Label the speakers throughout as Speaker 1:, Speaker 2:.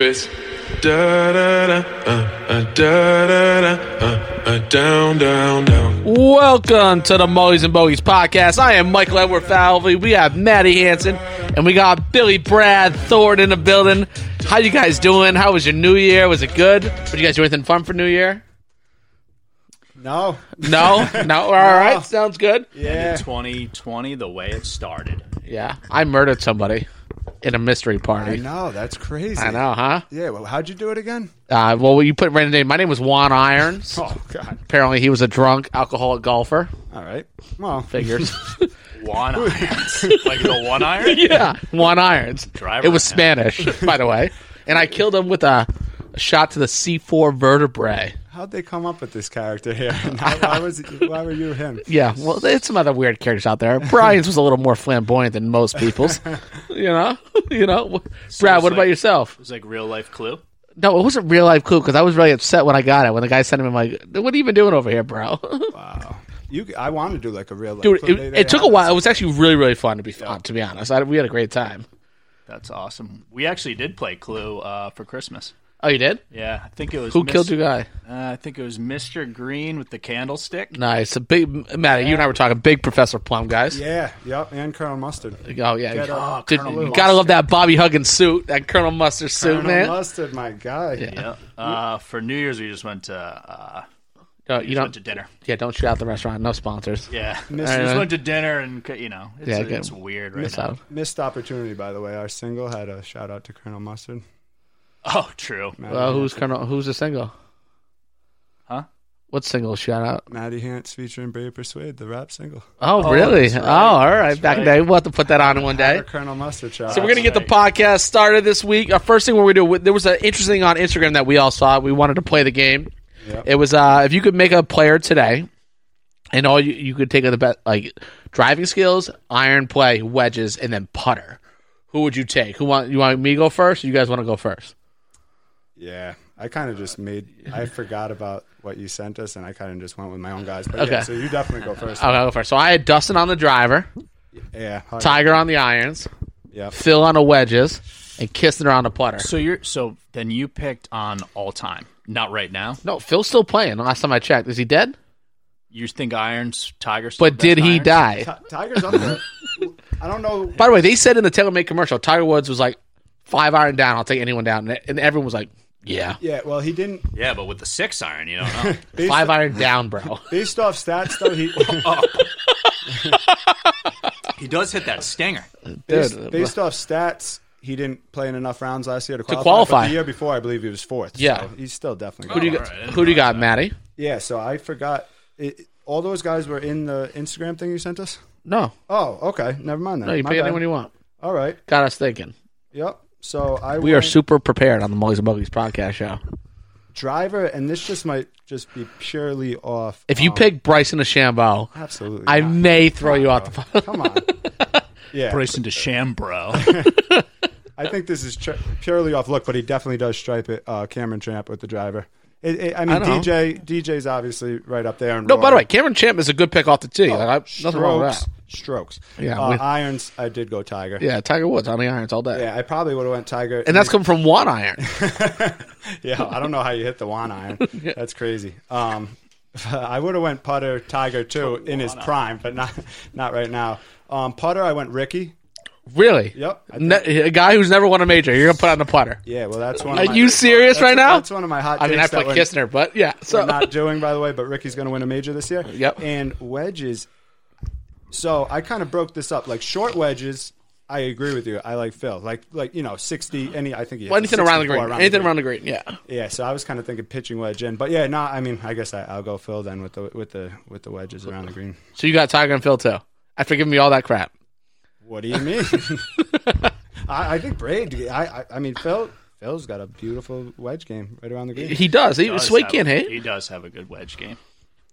Speaker 1: It's da da da uh, uh, da da da uh, uh, down down down.
Speaker 2: Welcome to the Mullies and Bogies podcast. I am Michael Edward Falvey. We have Maddie Hansen, and we got Billy Brad Thornton in the building. How you guys doing? How was your New Year? Was it good? Did you guys do anything fun for New Year?
Speaker 3: No.
Speaker 2: No, no. All right, sounds good.
Speaker 3: Yeah.
Speaker 4: 2020 the way it started.
Speaker 2: Yeah, I murdered somebody in a mystery
Speaker 3: I
Speaker 2: party.
Speaker 3: know. That's crazy.
Speaker 2: I know, huh?
Speaker 3: Yeah. Well, how'd you do it again?
Speaker 2: Uh, well, you put random name. My name was Juan Irons.
Speaker 3: Oh God.
Speaker 2: Apparently, he was a drunk alcoholic golfer.
Speaker 3: All right. Well,
Speaker 2: Figures.
Speaker 4: One irons. like the one iron?
Speaker 2: yeah, Juan Irons.
Speaker 4: Driver
Speaker 2: it was
Speaker 4: hat.
Speaker 2: Spanish, by the way. And I killed him with a, a shot to the C4 vertebrae.
Speaker 3: how'd they come up with this character here? And how- why was why were you him?
Speaker 2: Yeah, well, there's some other weird characters out there. Brian's was a little more flamboyant than most people's. you know, you know. Brad,
Speaker 4: it's
Speaker 2: what about
Speaker 4: like-
Speaker 2: yourself?
Speaker 4: It was like real life clue.
Speaker 2: No, it wasn't real life clue because I was really upset when I got it. When the guy sent him, I'm like, "What are you even doing over here, bro?"
Speaker 3: Wow. You. I want to do like a real.
Speaker 2: Dude,
Speaker 3: like, they-
Speaker 2: it,
Speaker 3: they
Speaker 2: it took a
Speaker 3: have
Speaker 2: while. It was actually really, really fun to be to be honest. I, we had a great time.
Speaker 4: That's awesome. We actually did play Clue uh, for Christmas.
Speaker 2: Oh, you did?
Speaker 4: Yeah, I think it was.
Speaker 2: Who
Speaker 4: Mis-
Speaker 2: killed your guy?
Speaker 4: Uh, I think it was Mr. Green with the candlestick.
Speaker 2: Nice, a big Matt. You and I were talking big Professor Plum guys.
Speaker 3: this. Yeah. Yep. And Colonel Mustard.
Speaker 2: Oh yeah,
Speaker 3: Get up.
Speaker 2: Dude,
Speaker 4: Colonel
Speaker 2: you
Speaker 4: Mustard.
Speaker 2: gotta love that Bobby Huggins suit, that Colonel Mustard suit,
Speaker 3: Colonel
Speaker 2: man.
Speaker 3: Mustard, my guy.
Speaker 4: Yeah. Uh, for New Year's, we just went to uh,
Speaker 2: Uh, you
Speaker 4: we just went
Speaker 2: don't,
Speaker 4: to dinner.
Speaker 2: yeah, don't shoot out the restaurant. No sponsors.
Speaker 4: Yeah, we
Speaker 2: right.
Speaker 4: just went to dinner and you know, it's,
Speaker 2: Yeah, good.
Speaker 4: it's weird right now.
Speaker 2: So
Speaker 3: Missed opportunity, by the way. Our single had a shout out to Colonel Mustard.
Speaker 4: Oh, true.
Speaker 2: well, who's Colonel? Who's the single?
Speaker 4: Huh?
Speaker 2: What single shout out?
Speaker 3: Maddie Hance featuring Bray Persuade, the rap single.
Speaker 2: Oh, really?
Speaker 4: that's
Speaker 2: Oh,
Speaker 4: right.
Speaker 2: all right. Back in the
Speaker 4: right.
Speaker 2: day, we'll have to put that on one day.
Speaker 3: Our Colonel Mustard shout
Speaker 2: So we're gonna get the podcast started this week. Our first thing we're gonna do we- there was an interesting thing on Instagram that we all saw. We wanted to play the game.
Speaker 3: Yep.
Speaker 2: It was uh, if you could make a player today, and all you, you could take are the best like driving skills, iron play, wedges, and then putter. Who would you take? Who want you want me to go first? Or you guys want to go first?
Speaker 3: Yeah, I kind of just made. I forgot about what you sent us, and I kind of just went with my own guys. But yeah,
Speaker 2: Okay.
Speaker 3: so you definitely go first.
Speaker 2: I'll go first. So I had Dustin on the driver,
Speaker 3: yeah, hi.
Speaker 2: Tiger on the irons,
Speaker 3: Yep.
Speaker 2: Phil on the wedges, and Kistner on the putter.
Speaker 4: So you're so then you picked on all time, not right now.
Speaker 2: No, Phil's still playing. Last time I checked, is he dead?
Speaker 4: You think Irons, Tigers,
Speaker 2: But did he die?
Speaker 3: Ti- Tiger's up there. I don't know.
Speaker 2: By the way, they said in the TaylorMade commercial, Tiger Woods was like five iron down. I'll take anyone down, and, and everyone was like, "Yeah,
Speaker 3: Yeah, well, he didn't.
Speaker 4: Yeah, but with the six iron, you don't know.
Speaker 3: Based,
Speaker 2: five Oh, iron down, bro."
Speaker 3: based off stats, though, he
Speaker 4: he does hit that stinger.
Speaker 3: based, based off stats, he didn't play in enough rounds last year to qualify. but
Speaker 2: qualify.
Speaker 3: the year before, I believe he was fourth.
Speaker 2: Yeah.
Speaker 3: so he's still definitely.
Speaker 2: who do you
Speaker 4: all
Speaker 2: got?
Speaker 4: right, I didn't
Speaker 2: who do you got, Matty?
Speaker 3: yeah, so I forgot. It, all those guys were in the Instagram thing you sent us.
Speaker 2: No,
Speaker 3: Oh, okay. Never mind that.
Speaker 2: no, you pick anyone you want.
Speaker 3: All right.
Speaker 2: Got us thinking.
Speaker 3: Yep. So I
Speaker 2: We are
Speaker 3: went-
Speaker 2: super prepared on the Mullies and Buggies podcast show.
Speaker 3: driver, and this just might just be purely off.
Speaker 2: If you
Speaker 3: um,
Speaker 2: pick Bryson DeChambeau,
Speaker 3: absolutely,
Speaker 2: I
Speaker 3: not.
Speaker 2: may throw you off the.
Speaker 3: come on. Yeah,
Speaker 4: Bryson DeChambeau.
Speaker 3: I think this is tr- purely off look, but he definitely does stripe it. Uh, Cameron Champ with the driver. It, it, I mean,
Speaker 2: know.
Speaker 3: DJ DJ's obviously right up there. And
Speaker 2: No, Oh, by the way, Cameron Champ is a good pick off the tee. like, I, nothing wrong with
Speaker 3: Oh, strokes,
Speaker 2: that.
Speaker 3: strokes.
Speaker 2: Yeah,
Speaker 3: uh,
Speaker 2: we-
Speaker 3: irons. I did go Tiger.
Speaker 2: Yeah, Tiger Woods on the irons all day,
Speaker 3: Yeah, I probably would have went Tiger.
Speaker 2: and that's come from one iron.
Speaker 3: yeah. I don't know how you hit the one iron. That's crazy. Um, I would have went putter Tiger too in his prime, but not not right now. Um, putter, I went Ricky.
Speaker 2: Really?
Speaker 3: Yep, I
Speaker 2: Ne- a guy who's never won a major. You're gonna put on the putter.
Speaker 3: Yeah, well, that's one.
Speaker 2: Are
Speaker 3: of my,
Speaker 2: you serious
Speaker 3: that's
Speaker 2: right now?
Speaker 3: That's one of my hot.
Speaker 2: I mean, I
Speaker 3: takes
Speaker 2: put
Speaker 3: that we're-
Speaker 2: Kistner, but yeah. So
Speaker 3: we're not doing, by the way. But Ricky's going to win a major this year.
Speaker 2: Yep.
Speaker 3: And wedges. So I kind of broke this up. Like short wedges, I agree with you. I like Phil. Like like you know sixty any. I think he hits
Speaker 2: Well,
Speaker 3: a
Speaker 2: anything around the
Speaker 3: 64
Speaker 2: green. anything around the green. Yeah.
Speaker 3: Yeah. So I was kind of thinking pitching wedge in, but yeah, no. I mean, I guess I, I'll go Phil then with the with the with the wedges around the green.
Speaker 2: So you got Tiger and Phil too. After giving me all that crap.
Speaker 3: What do you mean? I, I think Braid. I, I I mean Phil. Phil's got a beautiful wedge game right around the green.
Speaker 2: He does. He,
Speaker 4: does
Speaker 2: so he
Speaker 4: have
Speaker 2: can't
Speaker 4: a-
Speaker 2: hit.
Speaker 4: He does have a good wedge game.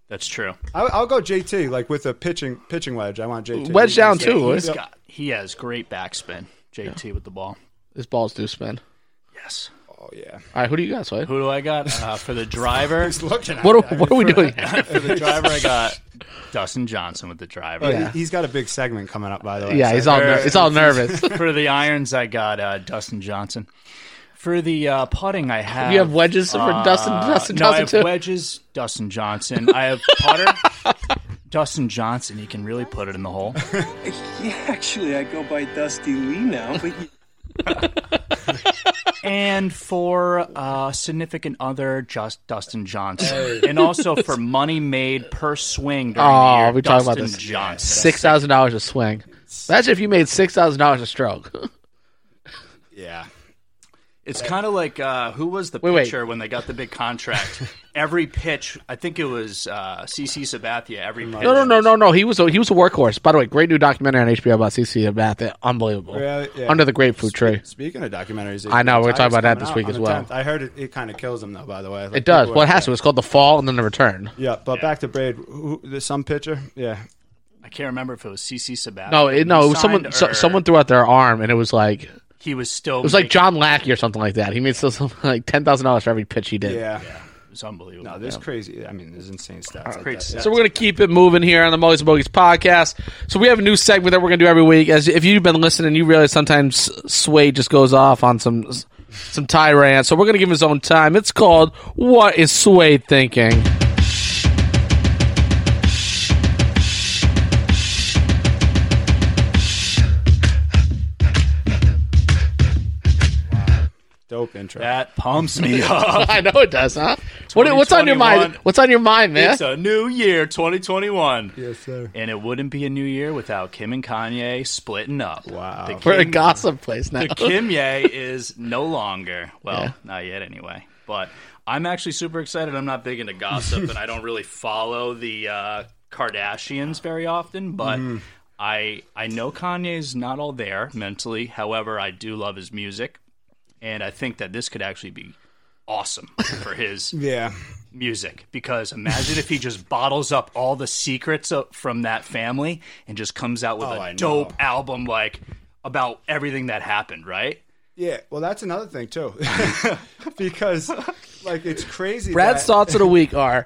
Speaker 4: That's true.
Speaker 3: I, I'll go JT like with a pitching pitching wedge. I want JT
Speaker 2: Wedge down
Speaker 3: He's-
Speaker 2: too.
Speaker 4: He's
Speaker 2: eh?
Speaker 4: got. He has great backspin. JT with the ball.
Speaker 2: His balls do spin.
Speaker 4: Yes.
Speaker 3: Oh yeah,
Speaker 2: All right, who do you got, Sway?
Speaker 4: Who do I got uh, for the driver?
Speaker 3: he's looking at.
Speaker 2: What
Speaker 3: it.
Speaker 2: are, what are we doing? here?
Speaker 4: for the driver, I got Dustin Johnson with the driver.
Speaker 2: Yeah.
Speaker 3: "Oh, He, has got a big segment coming up by the way.
Speaker 2: Yeah,
Speaker 3: so-
Speaker 2: he's all ner- he's all nervous.
Speaker 4: For the irons, I got uh, Dustin Johnson. For the uh, putting, I have. uh,
Speaker 2: You have wedges for Dustin- Dustin
Speaker 4: no, I have
Speaker 2: Johnson, too?
Speaker 4: wedges. Dustin Johnson. I have putter. Dustin Johnson. He can really put it in the hole.
Speaker 5: Yeah, actually, I go by Dusty Lee now, but
Speaker 4: and for uh, significant other, just Dustin Johnson, and also for money made per swing. During
Speaker 2: Oh,
Speaker 4: the year,
Speaker 2: we talking
Speaker 4: Dustin
Speaker 2: about this.
Speaker 4: Johnson.
Speaker 2: Six thousand dollars a swing. Imagine if you made six thousand dollars a stroke.
Speaker 3: Yeah.
Speaker 4: It's kind of like uh, who was the
Speaker 2: Wait, wait.
Speaker 4: pitcher when they got the big contract? every pitch, I think it was uh, CC Sabathia. Every pitch
Speaker 2: No, no, no, no, no. He was a, he was a workhorse. By the way, great new documentary on HBO about CC about that. Unbelievable.
Speaker 3: Really? Yeah.
Speaker 2: Under the grapefruit tree.
Speaker 3: Speaking of documentaries,
Speaker 2: I know, we were talking
Speaker 3: Tiger's
Speaker 2: about that
Speaker 3: coming
Speaker 2: this
Speaker 3: out
Speaker 2: week
Speaker 3: on
Speaker 2: as
Speaker 3: the
Speaker 2: well.
Speaker 3: 10th. I heard it, it kind of kills them though. By the way, Like,
Speaker 2: It does.
Speaker 3: people
Speaker 2: Well,
Speaker 3: are-
Speaker 2: it has to. It's called the fall and then the return.
Speaker 3: Yeah, but back to Braid. Who, there's some pitcher. Yeah,
Speaker 4: I can't remember if it was CC Sabathia.
Speaker 2: No, it, no. It
Speaker 4: he
Speaker 2: was someone.
Speaker 4: signed
Speaker 2: So,
Speaker 4: or
Speaker 2: someone threw out their arm, and it was like it
Speaker 4: He was still.
Speaker 2: was like John Lackey or something like that. He made still something like ten thousand dollars for every pitch he did.
Speaker 3: yeah.
Speaker 4: It was unbelievable.
Speaker 3: No, there's crazy. I mean, there's insane stats. Like
Speaker 4: Great
Speaker 3: that.
Speaker 4: stuff.
Speaker 2: So we're gonna keep it moving here on the Mogies and Bogies podcast. So we have a new segment that we're gonna do every week. As if you've been listening, you realize sometimes Sway just goes off on some some tirade. So we're gonna give him his own time. It's called "What Is Sway Thinking."
Speaker 3: Dope intro.
Speaker 4: that pumps me up.
Speaker 2: I know it does, huh? What, what's on your mind?
Speaker 4: 2021.
Speaker 2: What's on your mind, man?
Speaker 4: It's a new year, 2021.
Speaker 3: Yes, sir.
Speaker 4: And it wouldn't be a new year without Kim and Kanye splitting up.
Speaker 3: Wow.
Speaker 4: The
Speaker 2: We're in a
Speaker 4: Kim-
Speaker 2: gossip place now.
Speaker 4: The Kimye is no longer. Well, not yet anyway. But I'm actually super excited. I'm not big into gossip, and I don't really follow the uh, Kardashians very often. But I I know Kanye's not all there mentally. However, I do love his music, and I think that this could actually be awesome for his
Speaker 3: Yeah.
Speaker 4: music because imagine if he just bottles up all the secrets of, from that family and just comes out with
Speaker 3: Oh, I
Speaker 4: a
Speaker 3: know.
Speaker 4: dope album like about everything that happened, right?
Speaker 3: Yeah. Well, that's another thing too, because like it's crazy.
Speaker 2: Brad's
Speaker 3: that,
Speaker 2: thoughts of the week are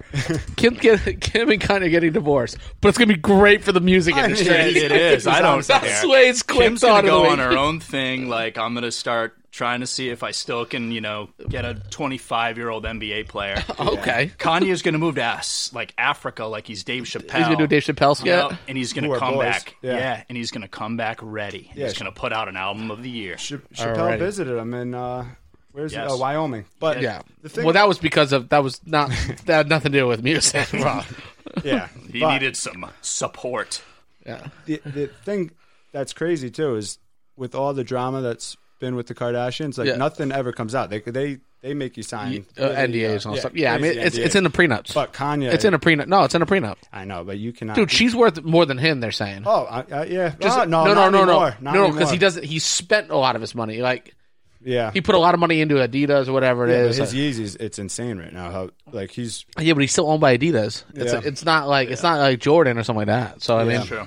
Speaker 2: Kim, get, Kim and Kanye getting divorced, but it's gonna be great for the music
Speaker 3: I
Speaker 2: industry.
Speaker 3: mean,
Speaker 4: It is. I don't
Speaker 2: That's
Speaker 4: care.
Speaker 2: Sway's quick
Speaker 4: Kim's
Speaker 2: thought
Speaker 4: gonna
Speaker 2: of
Speaker 4: go
Speaker 2: the
Speaker 4: on
Speaker 2: week.
Speaker 4: her own thing. Like I'm gonna start trying to see if I still can, you know, get a 25 year old NBA player.
Speaker 3: Oh.
Speaker 2: Okay.
Speaker 4: Kanye's gonna move to us like Africa, like he's Dave Chappelle.
Speaker 2: He's gonna do a Dave Chappelle skit.
Speaker 4: Yep, and he's
Speaker 3: Who
Speaker 4: gonna
Speaker 3: are
Speaker 4: come
Speaker 3: boys.
Speaker 4: back.
Speaker 3: Yeah.
Speaker 4: Yeah. and he's gonna come back ready. And
Speaker 3: Yeah.
Speaker 4: He's gonna put out an album of the year.
Speaker 3: Cha- Chappelle
Speaker 2: Alrighty.
Speaker 3: visited him in uh, where's
Speaker 4: Yes.
Speaker 3: uh, Wyoming, but
Speaker 2: Yeah.
Speaker 3: the thing,
Speaker 2: well, that was because of that was not that had nothing to do with music. Well,
Speaker 3: yeah,
Speaker 4: He
Speaker 3: but
Speaker 4: needed some support.
Speaker 2: yeah.
Speaker 3: the, the thing that's crazy too is with all the drama that's been with the Kardashians, like
Speaker 2: Yeah.
Speaker 3: nothing ever comes out. They they they make you sign
Speaker 2: Uh, NDAs and all
Speaker 3: Yeah,
Speaker 2: stuff. Yeah, I mean,
Speaker 3: crazy
Speaker 2: it's
Speaker 3: NDA.
Speaker 2: it's in the prenups.
Speaker 3: But Kanye,
Speaker 2: It's in a prenup. No, it's in a prenup.
Speaker 3: I know, but you cannot,
Speaker 2: Dude, she's worth more than him. They're saying.
Speaker 3: Oh, I, I, yeah.
Speaker 2: Just-
Speaker 3: Ah, no,
Speaker 2: no, no,
Speaker 3: not
Speaker 2: no,
Speaker 3: anymore.
Speaker 2: no,
Speaker 3: Not
Speaker 2: no,
Speaker 3: anymore.
Speaker 2: he doesn't. He spent a lot of his money. Like
Speaker 3: Yeah,
Speaker 2: he put a lot of money into Adidas or whatever it
Speaker 3: yeah,
Speaker 2: is.
Speaker 3: but his Yeezys, it's insane right now. How like he's
Speaker 2: Yeah, but he's still owned by Adidas. It's
Speaker 3: Yeah.
Speaker 2: it's not like it's not like Jordan or something like that. So I mean,
Speaker 4: True.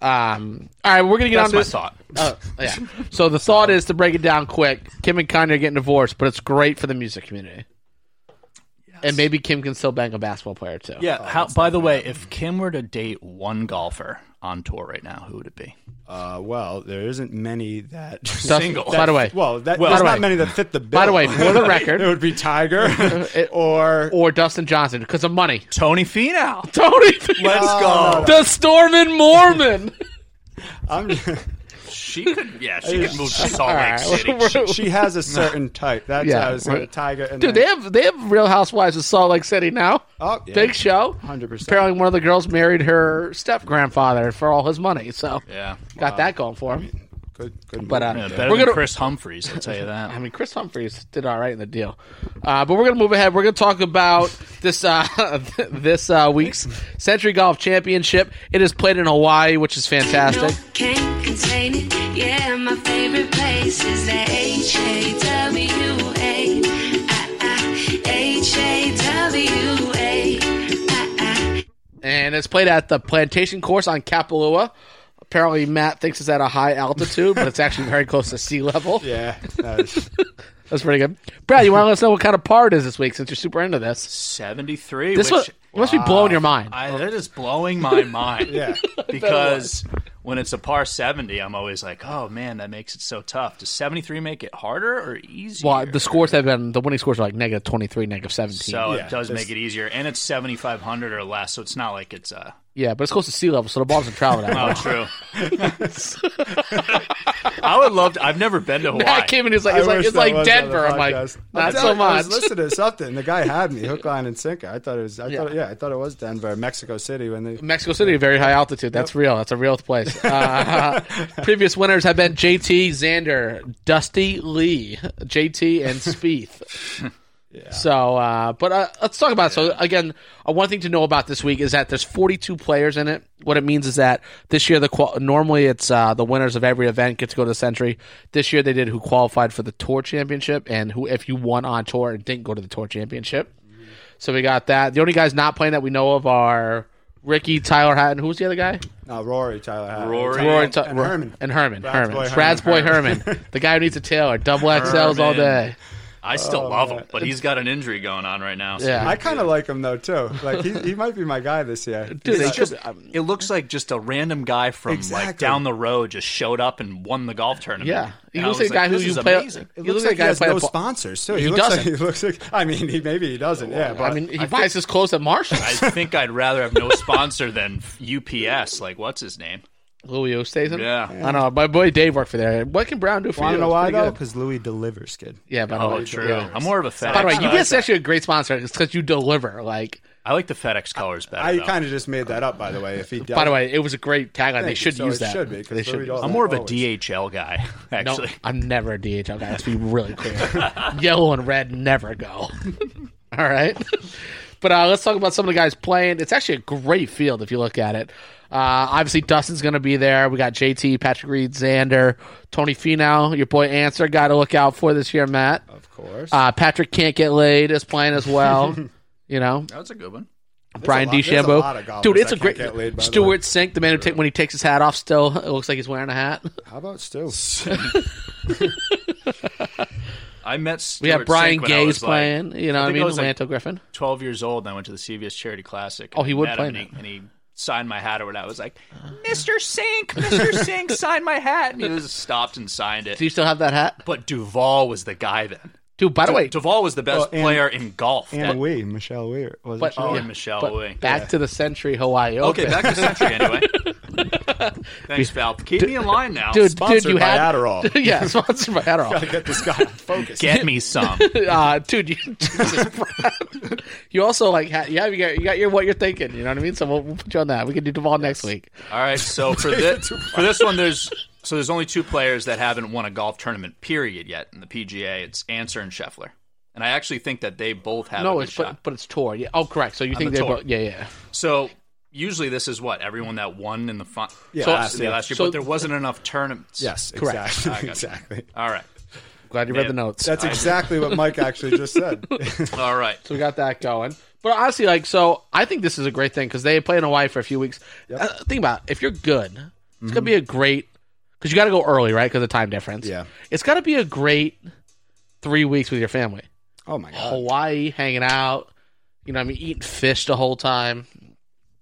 Speaker 2: um, all right, we're gonna get
Speaker 4: That's
Speaker 2: on
Speaker 4: my
Speaker 2: to
Speaker 4: thought.
Speaker 2: Oh, yeah. So the thought is to break it down quick. Kim and Kanye are getting divorced, but it's great for the music community. And maybe Kim can still bang a basketball player too.
Speaker 4: Yeah. how, by the way, if Kim were to date one golfer on tour right now, who would it be?
Speaker 3: uh, well, there isn't many that.
Speaker 2: Stuff-
Speaker 4: Single.
Speaker 2: By the way,
Speaker 3: Well, that,
Speaker 4: Well,
Speaker 2: by
Speaker 3: there's
Speaker 2: the
Speaker 3: not
Speaker 2: way-
Speaker 3: many that fit the bill.
Speaker 2: by the way, for the record,
Speaker 3: it would be Tiger or
Speaker 2: or Dustin Johnson because of money.
Speaker 4: Tony Finau.
Speaker 2: Tony,
Speaker 4: Let's
Speaker 3: Oh,
Speaker 4: go.
Speaker 2: the Stormin' Mormon.
Speaker 3: I'm,
Speaker 4: She could. Yeah, she could move to Salt
Speaker 2: All
Speaker 4: Lake
Speaker 2: right,
Speaker 4: City.
Speaker 2: we're-
Speaker 4: She-
Speaker 3: she has a certain type. That's
Speaker 2: Yeah,
Speaker 3: how I was saying,
Speaker 2: right.
Speaker 3: Tiger. And
Speaker 2: Dude, they
Speaker 3: then,
Speaker 2: have they have Real Housewives of Salt Lake City now.
Speaker 3: Oh, yeah.
Speaker 2: Big show.
Speaker 3: 100%.
Speaker 2: Apparently, one of the girls married her step grandfather for all his money. So
Speaker 4: yeah.
Speaker 2: got that going for him.
Speaker 3: good, good
Speaker 2: But,
Speaker 3: move.
Speaker 2: uh,
Speaker 4: Yeah,
Speaker 2: We're
Speaker 4: better
Speaker 2: gonna-
Speaker 4: than Chris Humphries, I'll tell you
Speaker 2: I
Speaker 4: that.
Speaker 2: mean, Chris Humphries did all right in the deal, uh, but we're gonna move ahead. We're gonna talk about this uh, this uh, week's Century Golf Championship. It is played in Hawaii, which is fantastic.
Speaker 6: No, can't contain it. Yeah, my favorite place is the H A W A. Ah, H A W Ah, A.
Speaker 2: and it's played at the plantation course on Kapalua. Apparently, Matt thinks it's at a high altitude, but it's actually very close to sea level.
Speaker 3: yeah, that is-
Speaker 2: That's pretty good. Brad, you want to let us know what kind of par it is this week since you're super into this?
Speaker 4: 73,
Speaker 2: This
Speaker 4: which
Speaker 2: was, must be blowing your mind.
Speaker 4: I, that is blowing my mind.
Speaker 3: yeah.
Speaker 4: Because when it's a par 70, I'm always like, oh man, that makes it so tough. Does 73 make it harder or easier?
Speaker 2: Well, the scores have been the winning scores are like negative twenty three, negative seventeen.
Speaker 4: so
Speaker 3: Yeah,
Speaker 4: it does
Speaker 3: there's-
Speaker 4: make it easier, and it's 7,500 or less, so it's not like it's uh,
Speaker 2: yeah, but it's close to sea level, so the ball doesn't travel that
Speaker 4: Oh,
Speaker 2: much.
Speaker 4: true. I would love to. I've never been to Hawaii.
Speaker 2: Matt came in, he's like, it's
Speaker 3: I
Speaker 2: like,
Speaker 3: wish
Speaker 2: it's
Speaker 3: that
Speaker 2: like
Speaker 3: was on the
Speaker 2: Denver. I'm like,
Speaker 3: podcast. I'm
Speaker 2: not so
Speaker 3: telling you, I
Speaker 2: much.
Speaker 3: was listening to something. The guy had me hook, line, and sinker. I thought it was. I
Speaker 2: Yeah.
Speaker 3: thought. Yeah, I thought it was Denver, Mexico City. When they
Speaker 2: Mexico City, very high altitude. That's real. That's a real place. Uh, previous winners have been JT Xander, Dusty Lee, JT, and Spieth. So, uh, but uh, let's talk about. It. So, again, uh, one thing to know about this week is that there's 42 players in it. What it means is that this year, the qual- normally it's uh, the winners of every event get to go to the Century. This year, they did who qualified for the Tour Championship and who, if you won on tour and didn't go to the Tour Championship. So we got that. The only guys not playing that we know of are Ricky, Tyler Hatton. Who was the other guy?
Speaker 3: no, uh, Rory Tyler. Had
Speaker 4: Rory.
Speaker 2: Rory Ty-
Speaker 3: and
Speaker 2: Ro-
Speaker 3: Herman.
Speaker 2: And Herman.
Speaker 3: Brad's
Speaker 2: Herman.
Speaker 3: boy
Speaker 2: It's
Speaker 3: Herman.
Speaker 2: Brad's boy Herman. the guy who needs a tailor. Double XLs all
Speaker 4: Herman.
Speaker 2: day.
Speaker 4: I still love him, but he's got an injury going on right now. So
Speaker 2: Oh, Yeah.
Speaker 3: I kind of like him though too. Like he, he might be my guy this year.
Speaker 2: Dude,
Speaker 4: It's
Speaker 2: they
Speaker 4: just,
Speaker 2: should-
Speaker 4: it looks like just a random guy from like
Speaker 3: Exactly.
Speaker 4: down the road just showed up and won the golf tournament.
Speaker 2: yeah. He
Speaker 4: And I
Speaker 2: looks
Speaker 4: was
Speaker 2: like a guy who
Speaker 4: this
Speaker 2: you
Speaker 4: is
Speaker 2: play.
Speaker 4: amazing.
Speaker 2: You
Speaker 3: It looks
Speaker 2: look
Speaker 3: like he has
Speaker 2: play
Speaker 3: no
Speaker 2: a ball-
Speaker 3: sponsors too. He,
Speaker 2: He
Speaker 3: looks like,
Speaker 2: doesn't.
Speaker 3: he looks like. I mean, he maybe he doesn't. Yeah, but
Speaker 2: I mean, he buys his clothes at Marshall.
Speaker 4: I think I'd rather have no sponsor than UPS. Like, what's his name?
Speaker 2: Louis Oosthuizen.
Speaker 4: Yeah.
Speaker 2: I know. My boy Dave worked for there. What can Brown do for
Speaker 3: I
Speaker 2: you?
Speaker 3: don't know
Speaker 2: It's
Speaker 3: why
Speaker 2: pretty
Speaker 3: though,
Speaker 2: good.
Speaker 3: because Louis delivers, kid.
Speaker 2: Yeah, but I
Speaker 4: Oh,
Speaker 2: don't-
Speaker 4: true.
Speaker 2: yeah.
Speaker 4: I'm more of a FedEx.
Speaker 2: By the way,
Speaker 4: guy.
Speaker 2: UPS is actually a great sponsor. It's because you deliver. Like,
Speaker 4: I like the FedEx colors better.
Speaker 3: I
Speaker 4: though.
Speaker 3: kind of just made that up, by the way. If he does,
Speaker 2: by the way, it was a great tagline. They
Speaker 3: you.
Speaker 2: should
Speaker 3: So
Speaker 2: use
Speaker 3: it
Speaker 2: that.
Speaker 3: should be, 'cause
Speaker 2: They should.
Speaker 3: Louis
Speaker 2: use that.
Speaker 3: does
Speaker 4: I'm more of a
Speaker 3: Always.
Speaker 4: DHL guy,
Speaker 2: No,
Speaker 4: actually.
Speaker 2: I'm never a DHL guy. Let's be really clear. Yellow and red never go. All right. But uh, let's talk about some of the guys playing. It's actually a great field if you look at it. Uh, obviously, Dustin's going to be there. We got JT, Patrick Reed, Xander, Tony Finau, your boy Answer, guy to look out for this year, Matt.
Speaker 3: of course.
Speaker 2: Uh, Patrick can't get laid is playing as well. you know,
Speaker 4: That's a good one.
Speaker 2: Brian
Speaker 3: a lot- there's a
Speaker 2: DeChambeau.
Speaker 3: lot of golfers
Speaker 2: Dude, it's
Speaker 3: that
Speaker 2: a great.
Speaker 3: can't get laid, by the way.
Speaker 2: Stewart Sink, the man who ta- when he takes his hat off, still it looks like he's wearing a hat.
Speaker 3: How about Stu?
Speaker 4: I met
Speaker 2: We have
Speaker 4: Stuart
Speaker 2: Brian
Speaker 4: Sink when I was,
Speaker 2: Gay's
Speaker 4: like,
Speaker 2: playing. you know, what I
Speaker 4: think
Speaker 2: mean,
Speaker 4: I was, like,
Speaker 2: Lanto Griffin.
Speaker 4: 12 years old and I went to the CVS Charity Classic.
Speaker 2: Oh, he
Speaker 4: and
Speaker 2: would
Speaker 4: met
Speaker 2: play
Speaker 4: him and
Speaker 2: that.
Speaker 4: he, and he signed my hat or whatever. I was like, Mr. Sink, Mr. Sink, sign my hat. And he was stopped and signed it.
Speaker 2: Do you still have that hat,
Speaker 4: But Duvall was the guy then.
Speaker 2: dude? By the way,
Speaker 4: Duvall was the best
Speaker 3: Well, and-
Speaker 4: player in golf.
Speaker 3: and we, Michelle Weir. Was
Speaker 2: but, uh,
Speaker 4: Oh, and Michelle
Speaker 2: but
Speaker 4: Wu.
Speaker 2: back to the Century Hawaii Open.
Speaker 4: okay, back to Century anyway. Thanks, Val. Keep me in line now.
Speaker 2: dude,
Speaker 3: Sponsored
Speaker 2: dude, you
Speaker 3: by
Speaker 2: had
Speaker 3: Adderall.
Speaker 2: yeah, sponsored by Adderall.
Speaker 3: Get this guy focused.
Speaker 4: Get me some.
Speaker 2: Uh, dude, you, Jesus, Brad. you also like ha- you have you got, you got your what you're thinking. You know what I mean? So we'll, we'll put you on that. We can do Duvall next week.
Speaker 4: All right, so for this for this one, there's so there's only two players that haven't won a golf tournament period yet in the PGA. It's Answer and Scheffler, and I actually think that they both have a
Speaker 2: No,
Speaker 4: good
Speaker 2: it's
Speaker 4: shot.
Speaker 2: but, but it's tour. Yeah. Oh, correct. So you think
Speaker 4: the
Speaker 2: they
Speaker 4: tour.
Speaker 2: both? Yeah, yeah.
Speaker 4: So usually this is what everyone that won in the fun-
Speaker 3: Yeah,
Speaker 4: so,
Speaker 3: last year.
Speaker 4: last year,
Speaker 2: So-
Speaker 4: but there wasn't enough tournaments.
Speaker 3: Yes,
Speaker 2: Correct.
Speaker 3: exactly. exactly.
Speaker 4: All right.
Speaker 2: Glad you read the notes.
Speaker 3: That's exactly what Mike actually just said.
Speaker 4: All right.
Speaker 2: So we got that going. But honestly, like, so I think this is a great thing because they play in Hawaii for a few weeks. Uh, think about it. if you're good, it's
Speaker 3: Mm-hmm.
Speaker 2: gonna be a great because you got to go early, right? Because of time difference.
Speaker 3: Yeah.
Speaker 2: it's got to be a great three weeks with your family.
Speaker 3: Oh my god.
Speaker 2: Hawaii, hanging out. You know, what I mean, eating fish the whole time.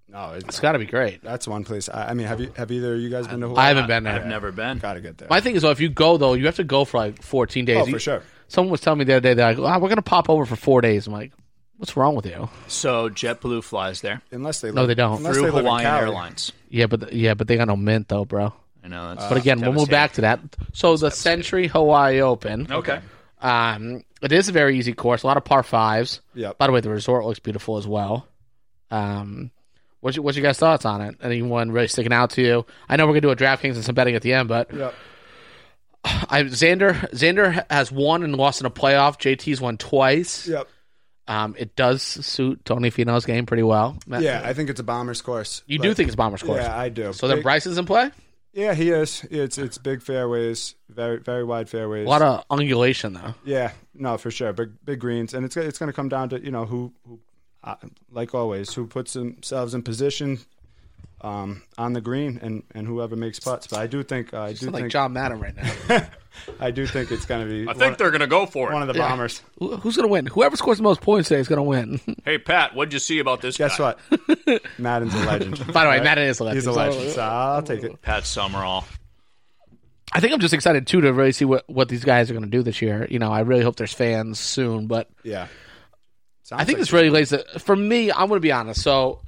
Speaker 3: No, it's,
Speaker 2: It's got to be great.
Speaker 3: that's one place. I, I mean, have you have either of you guys been to Hawaii?
Speaker 2: I haven't been there.
Speaker 4: I've never been.
Speaker 3: Got to get there.
Speaker 2: My thing is though, if you go though, you have to go for like 14 days.
Speaker 3: oh,
Speaker 2: You-
Speaker 3: for sure.
Speaker 2: Someone was telling me the other day they're like, "Ah, "We're gonna pop over for four days." I'm like, "What's wrong with you?"
Speaker 4: So JetBlue flies there
Speaker 3: Unless they live,
Speaker 2: they don't.
Speaker 3: Unless
Speaker 4: through
Speaker 3: they live in
Speaker 4: Hawaiian
Speaker 3: Cali.
Speaker 4: Airlines.
Speaker 2: Yeah, but yeah, but they got no mint though, bro.
Speaker 4: I know. That's
Speaker 2: But again, we'll move back to that. So the Century Hawaii Open.
Speaker 4: Okay.
Speaker 2: Um, it is a very easy course. A lot of par fives.
Speaker 3: Yep.
Speaker 2: By the way, the resort looks beautiful as well. Um, what's your, what's your guys' thoughts on it? Anyone really sticking out to you? I know we're gonna do a DraftKings and some betting at the end, but
Speaker 3: Yep.
Speaker 2: I Xander Xander has won and lost in a playoff. JT's won twice.
Speaker 3: Yep.
Speaker 2: Um, it does suit Tony Finau's game pretty well. Matt,
Speaker 3: Yeah, I think it's a bomber's course.
Speaker 2: you
Speaker 3: but-
Speaker 2: do think it's bomber's course.
Speaker 3: Yeah, I do.
Speaker 2: so then
Speaker 3: Big-
Speaker 2: Bryce is in play.
Speaker 3: Yeah, he is. It's it's big fairways, very very wide fairways.
Speaker 2: A lot of undulation though.
Speaker 3: Yeah, no, for sure. Big big greens, and it's go- it's going to come down to you know who who, uh, like always, who puts themselves in position um, on the green, and and whoever makes putts. But I do think uh, I do
Speaker 2: Sound like
Speaker 3: think
Speaker 2: John Madden right now.
Speaker 3: I do think it's going to be.
Speaker 4: I think they're gonna go for it.
Speaker 3: one of the
Speaker 2: Yeah.
Speaker 3: bombers.
Speaker 2: Who- Who's gonna win? Whoever scores the most points today is gonna win.
Speaker 4: hey Pat, what'd you see about this?
Speaker 3: Guess
Speaker 4: guy?
Speaker 3: what? Madden's a legend.
Speaker 2: By the way, Matt is a legend. Oh.
Speaker 3: He's a
Speaker 2: so-
Speaker 3: legend, so I'll take it.
Speaker 4: Pat Summerall.
Speaker 2: I think I'm just excited too to really see what, what these guys are gonna do this year. You know, I really hope there's fans soon, but
Speaker 3: Yeah. Sounds
Speaker 2: I think
Speaker 3: like
Speaker 2: this really lays it for me. I'm going to be honest. So,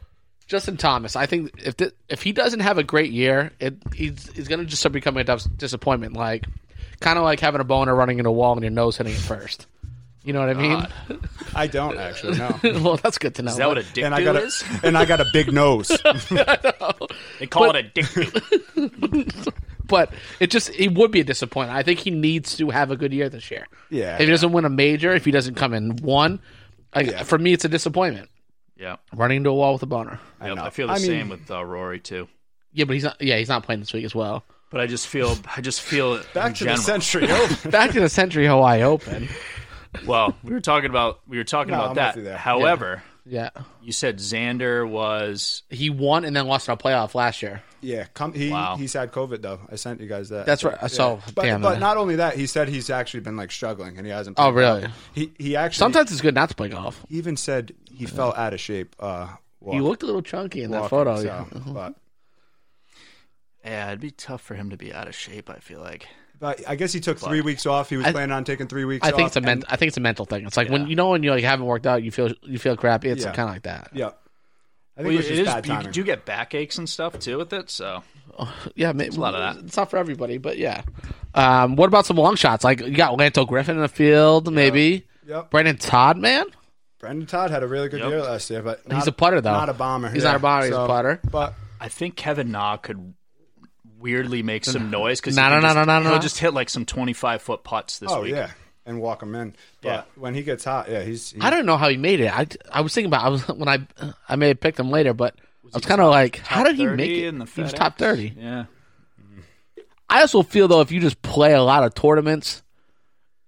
Speaker 2: Justin Thomas, I think if thi- if he doesn't have a great year, it, he's he's going to just start becoming a dis- disappointment. Like, kind of like having a boner running into a wall and your nose hitting it first. You know what I mean?
Speaker 3: I don't actually know.
Speaker 2: well, that's good to know.
Speaker 4: Is that what a dick
Speaker 3: And I got a
Speaker 4: is?
Speaker 3: and I got a big nose.
Speaker 4: They call it a dick
Speaker 2: but it just it would be a disappointment. I think he needs to have a good year this year.
Speaker 3: Yeah,
Speaker 2: If he
Speaker 3: yeah.
Speaker 2: doesn't win a major, if he doesn't come in one, like,
Speaker 3: Yeah.
Speaker 2: for me, it's a disappointment.
Speaker 4: Yeah.
Speaker 2: Running into a wall with a boner.
Speaker 4: I,
Speaker 3: know.
Speaker 4: I feel the
Speaker 3: I mean-
Speaker 4: same with uh, Rory too.
Speaker 2: Yeah, but he's not. Yeah, he's not playing this week as well.
Speaker 4: But I just feel I just feel it in
Speaker 3: Back to
Speaker 4: general.
Speaker 3: the century. Oh,
Speaker 2: Back to the Century Hawaii Open.
Speaker 4: Well, we were talking about we were talking
Speaker 3: No,
Speaker 4: about
Speaker 3: I'm with
Speaker 4: that.
Speaker 3: you there.
Speaker 4: However,
Speaker 2: Yeah.
Speaker 4: you said Xander was
Speaker 2: he won and then lost in a playoff last year.
Speaker 3: yeah, come. He
Speaker 4: Wow.
Speaker 3: he's had COVID though. I sent you guys that.
Speaker 2: That's right. So
Speaker 3: But
Speaker 2: damn.
Speaker 3: but
Speaker 2: uh,
Speaker 3: not only that, he said he's actually been like struggling and he hasn't.
Speaker 2: oh
Speaker 3: played well.
Speaker 2: really?
Speaker 3: He he actually
Speaker 2: Sometimes it's good not to play golf.
Speaker 3: he even said he fell out of shape. Uh,
Speaker 2: You looked a little chunky in that photo. Mm-hmm.
Speaker 3: So, but,
Speaker 4: Yeah, it'd be tough for him to be out of shape, I feel like.
Speaker 3: but I guess he took three weeks off. He was
Speaker 2: I-
Speaker 3: planning on taking three weeks.
Speaker 2: I think
Speaker 3: off,
Speaker 2: it's a men-
Speaker 3: and-
Speaker 2: I think it's a mental thing. It's like when you know when you like haven't worked out, you feel you feel crappy. It's
Speaker 3: Yeah.
Speaker 2: kind of like that.
Speaker 3: Yeah. I think
Speaker 4: Well,
Speaker 3: it
Speaker 4: it
Speaker 3: was just
Speaker 4: is,
Speaker 3: bad
Speaker 4: you
Speaker 3: timing.
Speaker 4: do get backaches and stuff too with it, so
Speaker 2: Yeah, ma- it's
Speaker 4: a lot of that.
Speaker 2: It's not for everybody, but yeah. Um, what about some long shots? Like you got Lanto Griffin in the field, maybe
Speaker 3: Yep.
Speaker 2: Brandon Todd, man.
Speaker 3: Brendan Todd had a really good year last year, but
Speaker 2: He's
Speaker 3: not-
Speaker 2: a putter, though.
Speaker 3: Not a bomber.
Speaker 2: He's
Speaker 3: yeah.
Speaker 2: not a bomber, he's a
Speaker 3: So,
Speaker 2: putter.
Speaker 3: But
Speaker 4: I think Kevin Na could weirdly make some noise because
Speaker 2: No, no, no,
Speaker 4: just,
Speaker 2: no, no, no.
Speaker 4: he'll just hit like some 25 foot putts this
Speaker 3: oh
Speaker 4: week.
Speaker 3: yeah, and walk him in. But
Speaker 4: Yeah.
Speaker 3: when he gets hot, yeah, he's. He,
Speaker 2: I don't know how he made it. I, I was thinking about I was when I I may have picked him later, but I was kind of like, how did he make
Speaker 4: 30
Speaker 2: it?
Speaker 4: in the
Speaker 2: he was
Speaker 4: FedEx.
Speaker 2: top thirty.
Speaker 4: Yeah.
Speaker 2: I also feel though if you just play a lot of tournaments,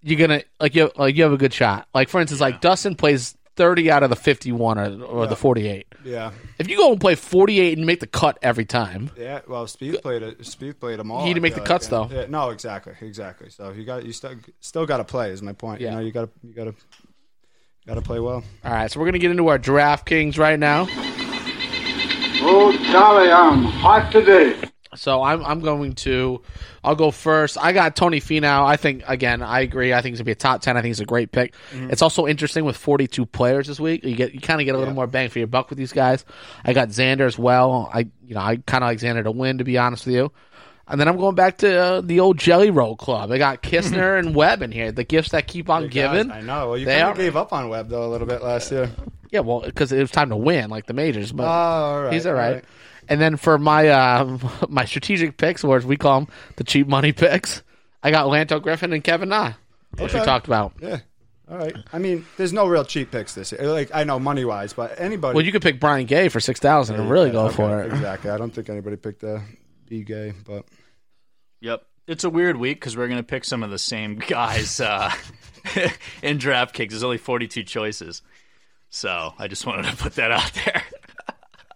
Speaker 2: you're gonna like you like you have a good shot. Like for instance, like Dustin plays thirty out of the fifty one or, or the forty eight.
Speaker 3: yeah,
Speaker 2: If you go and play forty eight and make the cut every time,
Speaker 3: yeah. Well, Speed played it. Speed played them all.
Speaker 2: He didn't
Speaker 3: I
Speaker 2: make
Speaker 3: feel
Speaker 2: the cuts,
Speaker 3: and-
Speaker 2: though.
Speaker 3: yeah, no, exactly, exactly. So you got you still still got to play. Is my point.
Speaker 2: Yeah.
Speaker 3: You know, you got to you got to got to play well.
Speaker 2: all right. So we're gonna get into our DraftKings right now.
Speaker 7: Oh, Charlie, I'm hot today.
Speaker 2: So I'm I'm going to I'll go first. I got Tony Finau. I think again I agree. I think he's gonna be a top ten. I think he's a great pick.
Speaker 3: Mm-hmm.
Speaker 2: It's also interesting with 42 players this week. You get you kind of get a little more bang for your buck with these guys. I got Xander as well. I you know I kind of like Xander to win to be honest with you. And then I'm going back to uh, the old Jelly Roll Club. I got Kistner and Webb in here. The gifts that keep on giving.
Speaker 3: Guys, I know. Well, you
Speaker 2: They
Speaker 3: kind
Speaker 2: are-
Speaker 3: of gave up on Webb though a little bit last year.
Speaker 2: Yeah, well, because it was time to win, like the majors. But
Speaker 3: Oh, all right.
Speaker 2: He's all right. And then for my uh, my strategic picks, or as we call them, the cheap money picks, I got Lanto Griffin and Kevin Na, which we
Speaker 3: Okay.
Speaker 2: talked about.
Speaker 3: Yeah. All right. I mean, there's no real cheap picks this year. Like I know money wise, but anybody.
Speaker 2: Well, you could pick Brian Gay for six thousand and really go
Speaker 3: Okay,
Speaker 2: for it.
Speaker 3: Exactly. I don't think anybody picked a B gay, but
Speaker 4: Yep. It's a weird week because we're going to pick some of the same guys uh, in DraftKings. There's only 42 choices. So I just wanted to put that out there.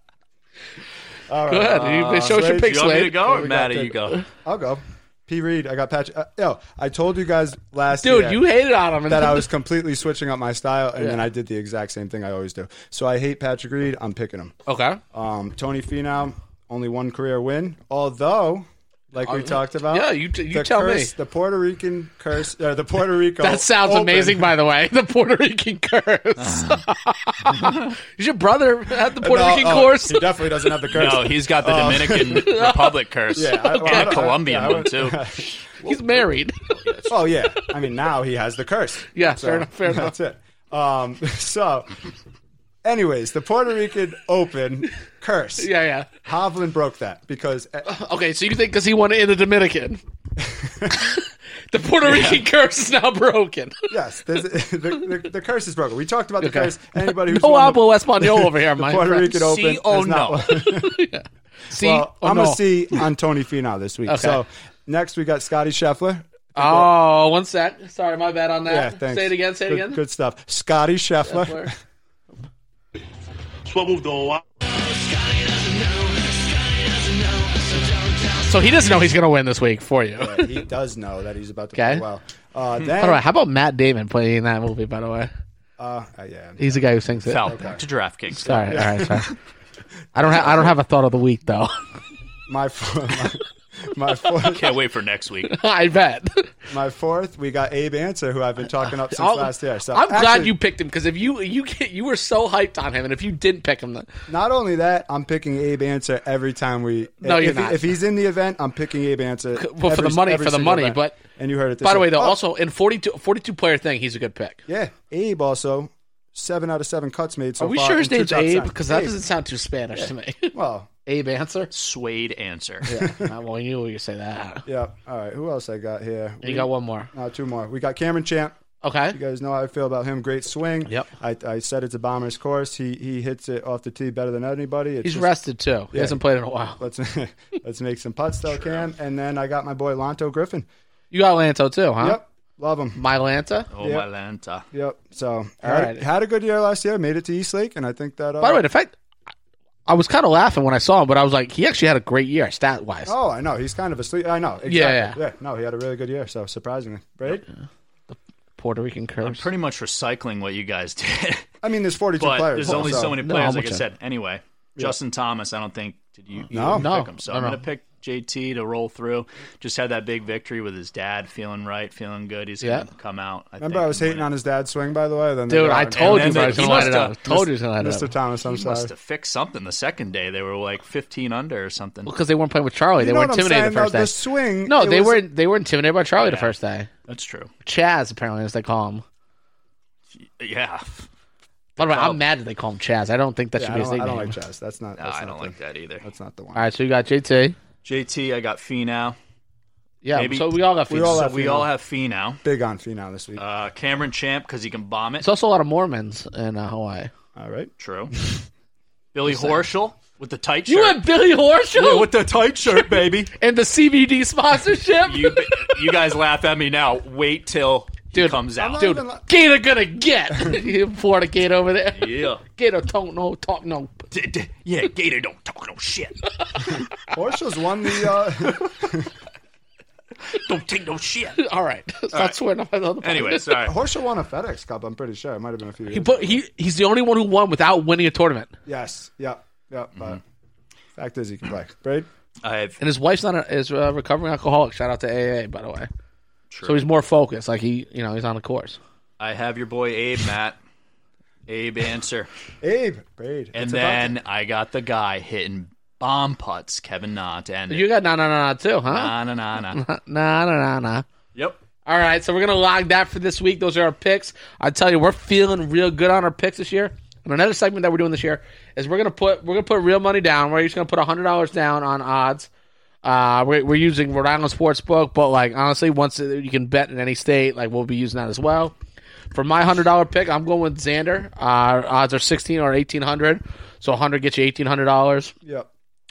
Speaker 2: Good. you show us your
Speaker 3: Slade,
Speaker 4: Do
Speaker 2: picks,
Speaker 4: you want me to
Speaker 2: Slade.
Speaker 4: go
Speaker 3: we
Speaker 4: or
Speaker 3: got
Speaker 4: Maddie,
Speaker 3: the-
Speaker 4: you go?
Speaker 3: I'll go. P. Reed, I got Patch. Uh, yo, I told you guys last
Speaker 2: Dude,
Speaker 3: year
Speaker 2: you hated on him. And
Speaker 3: that
Speaker 2: then
Speaker 3: I was completely switching up my style, and then I did the exact same thing I always do. So I hate Patrick Reed. I'm picking him.
Speaker 2: okay.
Speaker 3: Um, Tony Finau, only one career win. Although, like we talked about,
Speaker 2: Uh, yeah, you t- you
Speaker 3: the
Speaker 2: tell me.
Speaker 3: curse, the Puerto Rican curse, uh, the Puerto Rico.
Speaker 2: That sounds
Speaker 3: Open.
Speaker 2: amazing, by the way. The Puerto Rican curse. Is your brother at the Puerto
Speaker 3: No,
Speaker 2: Rican
Speaker 3: oh,
Speaker 2: course?
Speaker 3: he definitely doesn't have the curse.
Speaker 4: No, he's got the Dominican Republic curse.
Speaker 3: Oh. Yeah, I- well, I don't-
Speaker 4: and a Colombian
Speaker 3: yeah, I
Speaker 4: one,
Speaker 3: would-
Speaker 4: too.
Speaker 2: He's married.
Speaker 3: Oh yeah, I mean now he has the curse.
Speaker 2: yeah, fair enough. Fair enough.
Speaker 3: That's it. Um, so, anyways, the Puerto Rican Open curse.
Speaker 2: Yeah, yeah.
Speaker 3: Hovland broke that because uh,
Speaker 2: Okay, so you think because he won it in the Dominican, the Puerto Rican curse is now broken.
Speaker 3: yes, there's- the, the, the curse is broken. We talked about the
Speaker 2: Okay.
Speaker 3: curse. Anybody who's
Speaker 2: no
Speaker 3: won
Speaker 2: hablo
Speaker 3: the,
Speaker 2: español over here,
Speaker 3: the
Speaker 2: my
Speaker 3: Puerto
Speaker 2: friend.
Speaker 3: Rican Open,
Speaker 4: See, oh,
Speaker 3: is not-
Speaker 2: See,
Speaker 3: well,
Speaker 2: oh,
Speaker 3: I'm
Speaker 2: no.
Speaker 3: gonna see on Tony Finau this week.
Speaker 2: Okay.
Speaker 3: So next we got Scotty Scheffler.
Speaker 2: Oh, one sec. Sorry, my bad on that.
Speaker 3: Yeah, thanks.
Speaker 2: Say it again. Say it
Speaker 3: Good-
Speaker 2: again.
Speaker 3: Good stuff. Scotty Scheffler.
Speaker 2: Where-
Speaker 1: Swabble door.
Speaker 2: So he doesn't know he's going to win this week for you.
Speaker 3: But he does know that he's about to
Speaker 2: Okay. Hmm.
Speaker 3: play well. Uh,
Speaker 2: By the way,
Speaker 3: then,
Speaker 2: how about Matt Damon playing in that movie? By the way,
Speaker 3: uh, uh, yeah,
Speaker 2: he's the guy who sings it.
Speaker 4: Sal, back to DraftKings.
Speaker 2: Sorry, all right, sorry. I don't have I don't have a thought of the week though.
Speaker 3: my four- my, my fourth,
Speaker 4: Can't wait for next week.
Speaker 2: I bet.
Speaker 3: my fourth, we got Abe Answer, who I've been talking up since
Speaker 2: I'll-
Speaker 3: last year. So
Speaker 2: I'm glad
Speaker 3: actually,
Speaker 2: you picked him because if you you get, you were so hyped on him, and if you didn't pick him, then,
Speaker 3: Not only that, I'm picking Abe Answer every time we.
Speaker 2: No,
Speaker 3: if,
Speaker 2: you're not.
Speaker 3: If he's in the event, I'm picking Abe Answer.
Speaker 2: well, for the
Speaker 3: every-
Speaker 2: money,
Speaker 3: every
Speaker 2: for the
Speaker 3: single
Speaker 2: money.
Speaker 3: event.
Speaker 2: But
Speaker 3: and you heard it. This
Speaker 2: by the way,
Speaker 3: year.
Speaker 2: though,
Speaker 3: Oh,
Speaker 2: also in 42, 42 player thing, he's a good pick.
Speaker 3: yeah, Abe also seven out of seven cuts made. So
Speaker 2: Are we
Speaker 3: far
Speaker 2: sure
Speaker 3: in
Speaker 2: his
Speaker 3: two
Speaker 2: name's
Speaker 3: top
Speaker 2: Abe?
Speaker 3: ten.
Speaker 2: Because that
Speaker 3: Abe.
Speaker 2: doesn't sound too Spanish to me.
Speaker 3: Well,
Speaker 2: Abe answer.
Speaker 4: Suede answer.
Speaker 2: Uh, well, you knew you say that.
Speaker 3: yeah. All right. Who else I got here?
Speaker 2: You got one more.
Speaker 3: No, two more. We got Cameron Champ.
Speaker 2: Okay.
Speaker 3: You guys know how I feel about him. Great swing.
Speaker 2: Yep.
Speaker 3: I, I said it's a bomber's course. He he hits it off the tee better than anybody. It's
Speaker 2: He's
Speaker 3: just-
Speaker 2: rested too. He hasn't played in a while.
Speaker 3: Let's let's make some putts though, Cam. And then I got my boy Lonto Griffin.
Speaker 2: You got Lanto too, huh?
Speaker 3: Yep. Uh, Love him.
Speaker 2: My Lanta.
Speaker 4: Oh,
Speaker 3: Yeah.
Speaker 4: my Lanta.
Speaker 3: Yep. So had,
Speaker 2: right.
Speaker 3: had a good year last year. Made it to East Lake, and I think that. Uh,
Speaker 2: By the way, the fact I was kind of laughing when I saw him, but I was like, he actually had a great year stat wise.
Speaker 3: oh, I know he's kind of asleep. I know. Exactly.
Speaker 2: Yeah,
Speaker 3: Yeah,
Speaker 2: yeah.
Speaker 3: No, he had a really good year. So surprisingly, right?
Speaker 2: Puerto Rican curse.
Speaker 4: Pretty much recycling what you guys did.
Speaker 3: I mean, there's 42
Speaker 4: But
Speaker 3: players.
Speaker 4: there's only so, many
Speaker 2: No,
Speaker 4: players,
Speaker 2: how
Speaker 4: like I
Speaker 2: much I-
Speaker 4: said. Anyway, Justin Thomas, I don't think did you, you
Speaker 3: No.
Speaker 4: didn't
Speaker 2: No,
Speaker 4: pick him.
Speaker 2: I
Speaker 4: So I'm
Speaker 2: don't
Speaker 4: gonna pick JT to roll through. Just had that big victory with his dad, feeling right, feeling good. He's
Speaker 2: Yeah.
Speaker 4: gonna come out. I
Speaker 3: Remember,
Speaker 4: think,
Speaker 3: I was
Speaker 4: and
Speaker 3: hating
Speaker 4: win.
Speaker 3: on his dad's swing. By the way, then
Speaker 2: Dude, I told you
Speaker 4: and
Speaker 2: I
Speaker 4: then
Speaker 2: was
Speaker 4: he
Speaker 2: going to light it
Speaker 4: must've-
Speaker 2: up. Told you I was going to light
Speaker 3: Mr.
Speaker 2: it up.
Speaker 3: Thomas. I'm
Speaker 4: He
Speaker 3: sorry.
Speaker 4: must have fixed something the second day. They were like 15 under or something.
Speaker 2: Because they weren't playing with Charlie.
Speaker 3: You
Speaker 2: they
Speaker 3: know
Speaker 2: were
Speaker 3: what I'm
Speaker 2: intimidated
Speaker 3: saying?
Speaker 2: the first
Speaker 3: though?
Speaker 2: day.
Speaker 3: The swing.
Speaker 2: no,
Speaker 3: it
Speaker 2: they
Speaker 3: was-
Speaker 2: weren't. They were intimidated by Charlie the first day.
Speaker 4: That's true.
Speaker 2: Chaz, apparently, as they call him.
Speaker 4: Yeah,
Speaker 2: By the way,
Speaker 4: Oh.
Speaker 2: I'm mad that they call him Chaz. I don't think that
Speaker 3: Yeah,
Speaker 2: should
Speaker 3: I
Speaker 2: be his
Speaker 3: don't, I
Speaker 2: nickname.
Speaker 3: don't like chess. That's not.
Speaker 4: No,
Speaker 3: that's
Speaker 4: I
Speaker 3: not
Speaker 4: don't
Speaker 3: the,
Speaker 4: like that either.
Speaker 3: That's not the one.
Speaker 2: All right, so you got JT.
Speaker 4: JT, I got Fee now.
Speaker 2: Yeah,
Speaker 4: Maybe-
Speaker 2: so we all got.
Speaker 3: We all
Speaker 2: Phoenix.
Speaker 3: have-
Speaker 4: we
Speaker 3: Finau.
Speaker 4: all have Fee now.
Speaker 3: Big on Finau this week.
Speaker 4: Uh, Cameron Champ because he can bomb it.
Speaker 2: It's also a lot of Mormons in uh, Hawaii.
Speaker 3: All right.
Speaker 4: True. Billy Horschel with the tight shirt.
Speaker 2: You went Billy Horschel
Speaker 4: with the tight shirt, baby.
Speaker 2: and the CBD sponsorship.
Speaker 4: you you guys laugh at me now. Wait till
Speaker 2: Dude,
Speaker 4: he comes out.
Speaker 2: Dude,
Speaker 3: even li-
Speaker 2: Gator gonna get You Florida Gator over there.
Speaker 4: Yeah.
Speaker 2: Gator don't know, talk no.
Speaker 4: D- d- yeah, Gator don't talk no shit.
Speaker 3: Horschel's won the. Uh,
Speaker 4: Don't take no shit.
Speaker 2: All right, stop swearing on my other. part.
Speaker 4: Anyway, sorry.
Speaker 3: Horschel won a FedEx Cup. I'm pretty sure. It might have been a few.
Speaker 2: he
Speaker 3: Years.
Speaker 2: put, he he's the only one who won without winning a tournament,
Speaker 3: Yes. Yep. Yep.
Speaker 4: Mm-hmm.
Speaker 3: But fact is, he can play. Braid.
Speaker 4: I have
Speaker 2: and his wife's not a, is a recovering alcoholic. Shout out to AA, by the way.
Speaker 4: True.
Speaker 2: So he's more focused. Like he, you know, he's on the course.
Speaker 4: I have your boy Abe Matt. Abe answer,
Speaker 3: Abe. Braid.
Speaker 4: and
Speaker 3: It's about
Speaker 4: then I got the guy hitting bomb putts, Kevin Na to end it.
Speaker 2: You got na na na na too, huh?
Speaker 4: na na na na.
Speaker 2: Na na na na.
Speaker 4: Yep.
Speaker 2: All right, so we're gonna log that for this week. Those are our picks. I tell you, we're feeling real good on our picks this year. And another segment that we're doing this year is we're gonna put we're gonna put real money down. We're just gonna put hundred dollars down on odds. Uh, we're, we're using Rhode Island Sportsbook, but like honestly, once you can bet in any state, like we'll be using that as well. For my hundred dollar pick, I'm going with Xander. Uh, odds are sixteen or eighteen hundred, so hundred gets you eighteen hundred dollars.
Speaker 3: Yep.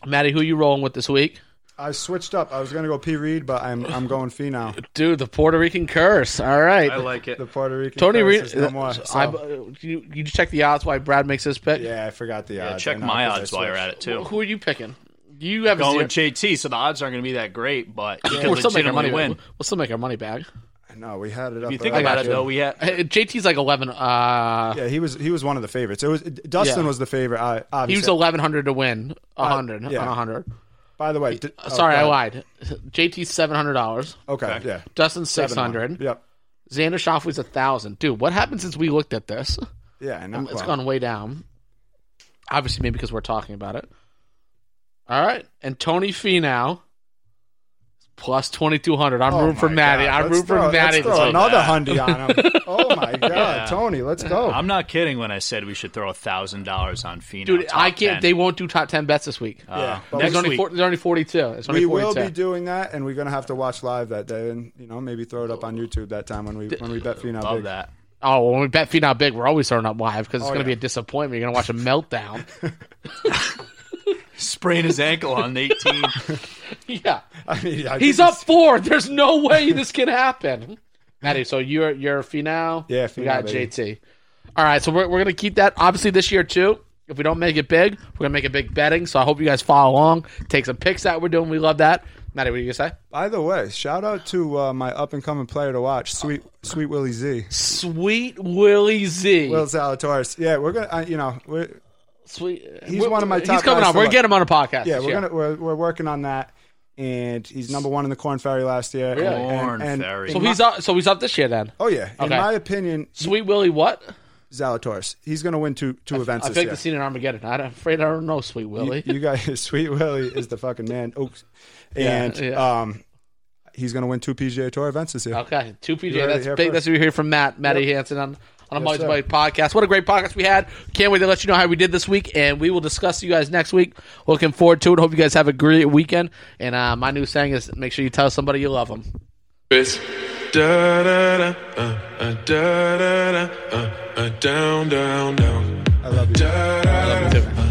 Speaker 2: Maddie, who you rolling with this week?
Speaker 3: I switched up. I was gonna go P Reed, but I'm I'm going Fee now.
Speaker 2: Dude, the Puerto Rican curse. All right,
Speaker 4: I like it.
Speaker 3: The Puerto Rican.
Speaker 2: Tony
Speaker 3: curse
Speaker 2: Reed.
Speaker 3: is no more, so-
Speaker 2: I, uh, you, you check the odds why Brad makes his pick.
Speaker 3: yeah, I forgot the
Speaker 4: Yeah,
Speaker 3: odds.
Speaker 4: check
Speaker 3: I know,
Speaker 4: my
Speaker 3: 'cause I
Speaker 4: odds while you're
Speaker 3: switched.
Speaker 4: at it too.
Speaker 2: Who are you picking? You have
Speaker 4: Going
Speaker 2: a
Speaker 4: with
Speaker 2: zero.
Speaker 4: JT, so the odds aren't going to be that great, but you could
Speaker 2: We'll still make our money
Speaker 4: legitimately win.
Speaker 2: We'll still make our money back.
Speaker 3: No, we had it up.
Speaker 4: If you think
Speaker 3: earlier,
Speaker 4: about it,
Speaker 3: too.
Speaker 4: though, we had
Speaker 2: Hey, JT's like eleven. Uh,
Speaker 3: Yeah, he was he was one of the favorites. It was Dustin
Speaker 2: Yeah.
Speaker 3: was the favorite. I, obviously.
Speaker 2: he was eleven hundred to win hundred
Speaker 3: Uh, yeah.
Speaker 2: on hundred.
Speaker 3: By the way, d- oh,
Speaker 2: Sorry, I
Speaker 3: God.
Speaker 2: lied. JT's seven hundred dollars.
Speaker 3: Okay, yeah.
Speaker 2: Dustin six hundred.
Speaker 3: Yep.
Speaker 2: Xander Shoffley's a thousand. Dude, what happened since we looked at this?
Speaker 3: Yeah, and
Speaker 2: It's
Speaker 3: well,
Speaker 2: gone way down. Obviously, maybe because we're talking about it. All right, and Tony Finau plus twenty two hundred. I'm
Speaker 3: oh
Speaker 2: rooting for
Speaker 3: my
Speaker 2: Maddie.
Speaker 3: God,
Speaker 2: I'm
Speaker 3: let's
Speaker 2: rooting for
Speaker 3: throw-
Speaker 2: Maddie.
Speaker 3: Let's throw
Speaker 4: take
Speaker 3: another
Speaker 4: that.
Speaker 3: hundy on him. Oh my God,
Speaker 4: Yeah.
Speaker 3: Tony, let's go.
Speaker 4: I'm not kidding when I said we should throw thousand dollars on Phoenix.
Speaker 2: Dude, I can't. They won't do top ten bets this week.
Speaker 3: yeah, but
Speaker 2: There's
Speaker 4: Uh, next
Speaker 2: only,
Speaker 4: week.
Speaker 2: four, there's only 42. It's only
Speaker 3: Uh, we
Speaker 2: 42.
Speaker 3: will be doing that, and we're gonna have to watch live that day, and you know maybe throw it up on YouTube that time when we when we bet Fino.
Speaker 4: love
Speaker 3: big.
Speaker 4: that.
Speaker 2: oh, when we bet feed not big, we're always throwing up live because it's going
Speaker 3: Oh, yeah.
Speaker 2: to be a disappointment. You're going to watch a meltdown.
Speaker 4: Sprain his ankle on 18.
Speaker 2: yeah,
Speaker 3: I mean, I
Speaker 2: he's
Speaker 3: think
Speaker 2: up four. There's no way this can happen. Maddie, so you're you're Finau.
Speaker 3: Yeah,
Speaker 2: we
Speaker 3: Finau,
Speaker 2: got
Speaker 3: baby.
Speaker 2: JT. All right, so we're we're gonna keep that obviously this year too. If we don't make it big, we're gonna make it big betting. So I hope you guys follow along, take some picks that we're doing. We love that. Matty, what are you gonna say?
Speaker 3: By the way, shout out to uh, my up and coming player to watch, Sweet Sweet Willie Z,
Speaker 2: Sweet Willie Z.
Speaker 3: Will Zalatoris. Yeah, we're gonna, uh, you know, we're
Speaker 2: Sweet.
Speaker 3: he's one of my
Speaker 2: He's
Speaker 3: top
Speaker 2: coming
Speaker 3: guys
Speaker 2: on.
Speaker 3: to
Speaker 2: We're
Speaker 3: look.
Speaker 2: getting him on a podcast.
Speaker 3: yeah,
Speaker 2: this
Speaker 3: we're
Speaker 2: year.
Speaker 3: gonna we're, we're working on that, and he's number one in the Corn Ferry last year. and- and-
Speaker 4: Corn
Speaker 3: and-
Speaker 4: Ferry.
Speaker 2: So he's up. So he's up this year then.
Speaker 3: Oh yeah, in
Speaker 2: Okay.
Speaker 3: my opinion,
Speaker 2: Sweet Willie, what?
Speaker 3: Zalatoris. He's gonna win two two events
Speaker 2: I
Speaker 3: this
Speaker 2: feel like
Speaker 3: year.
Speaker 2: the scene in Armageddon. I'm afraid I don't know Sweet Willie.
Speaker 3: You, you guys, Sweet Willie is the fucking man. Oops. And
Speaker 2: yeah.
Speaker 3: um, he's gonna win two PGA Tour events this year.
Speaker 2: Okay, two PJ.
Speaker 3: heard it
Speaker 2: That's
Speaker 3: here
Speaker 2: big.
Speaker 3: first.
Speaker 2: That's what we hear from Matt, Matty Hansen on on a
Speaker 3: Yes,
Speaker 2: yes,
Speaker 3: sir.
Speaker 2: Mike podcast. What a great podcast we had! Can't wait to let you know how we did this week, and we will discuss you guys next week. Looking forward to it. Hope you guys have a great weekend. And uh, my new saying is: make sure you tell somebody you love them.
Speaker 1: It's da da da uh, uh, da da da uh, uh, down down down.
Speaker 3: I love you.
Speaker 1: Da da da.
Speaker 2: Love you too.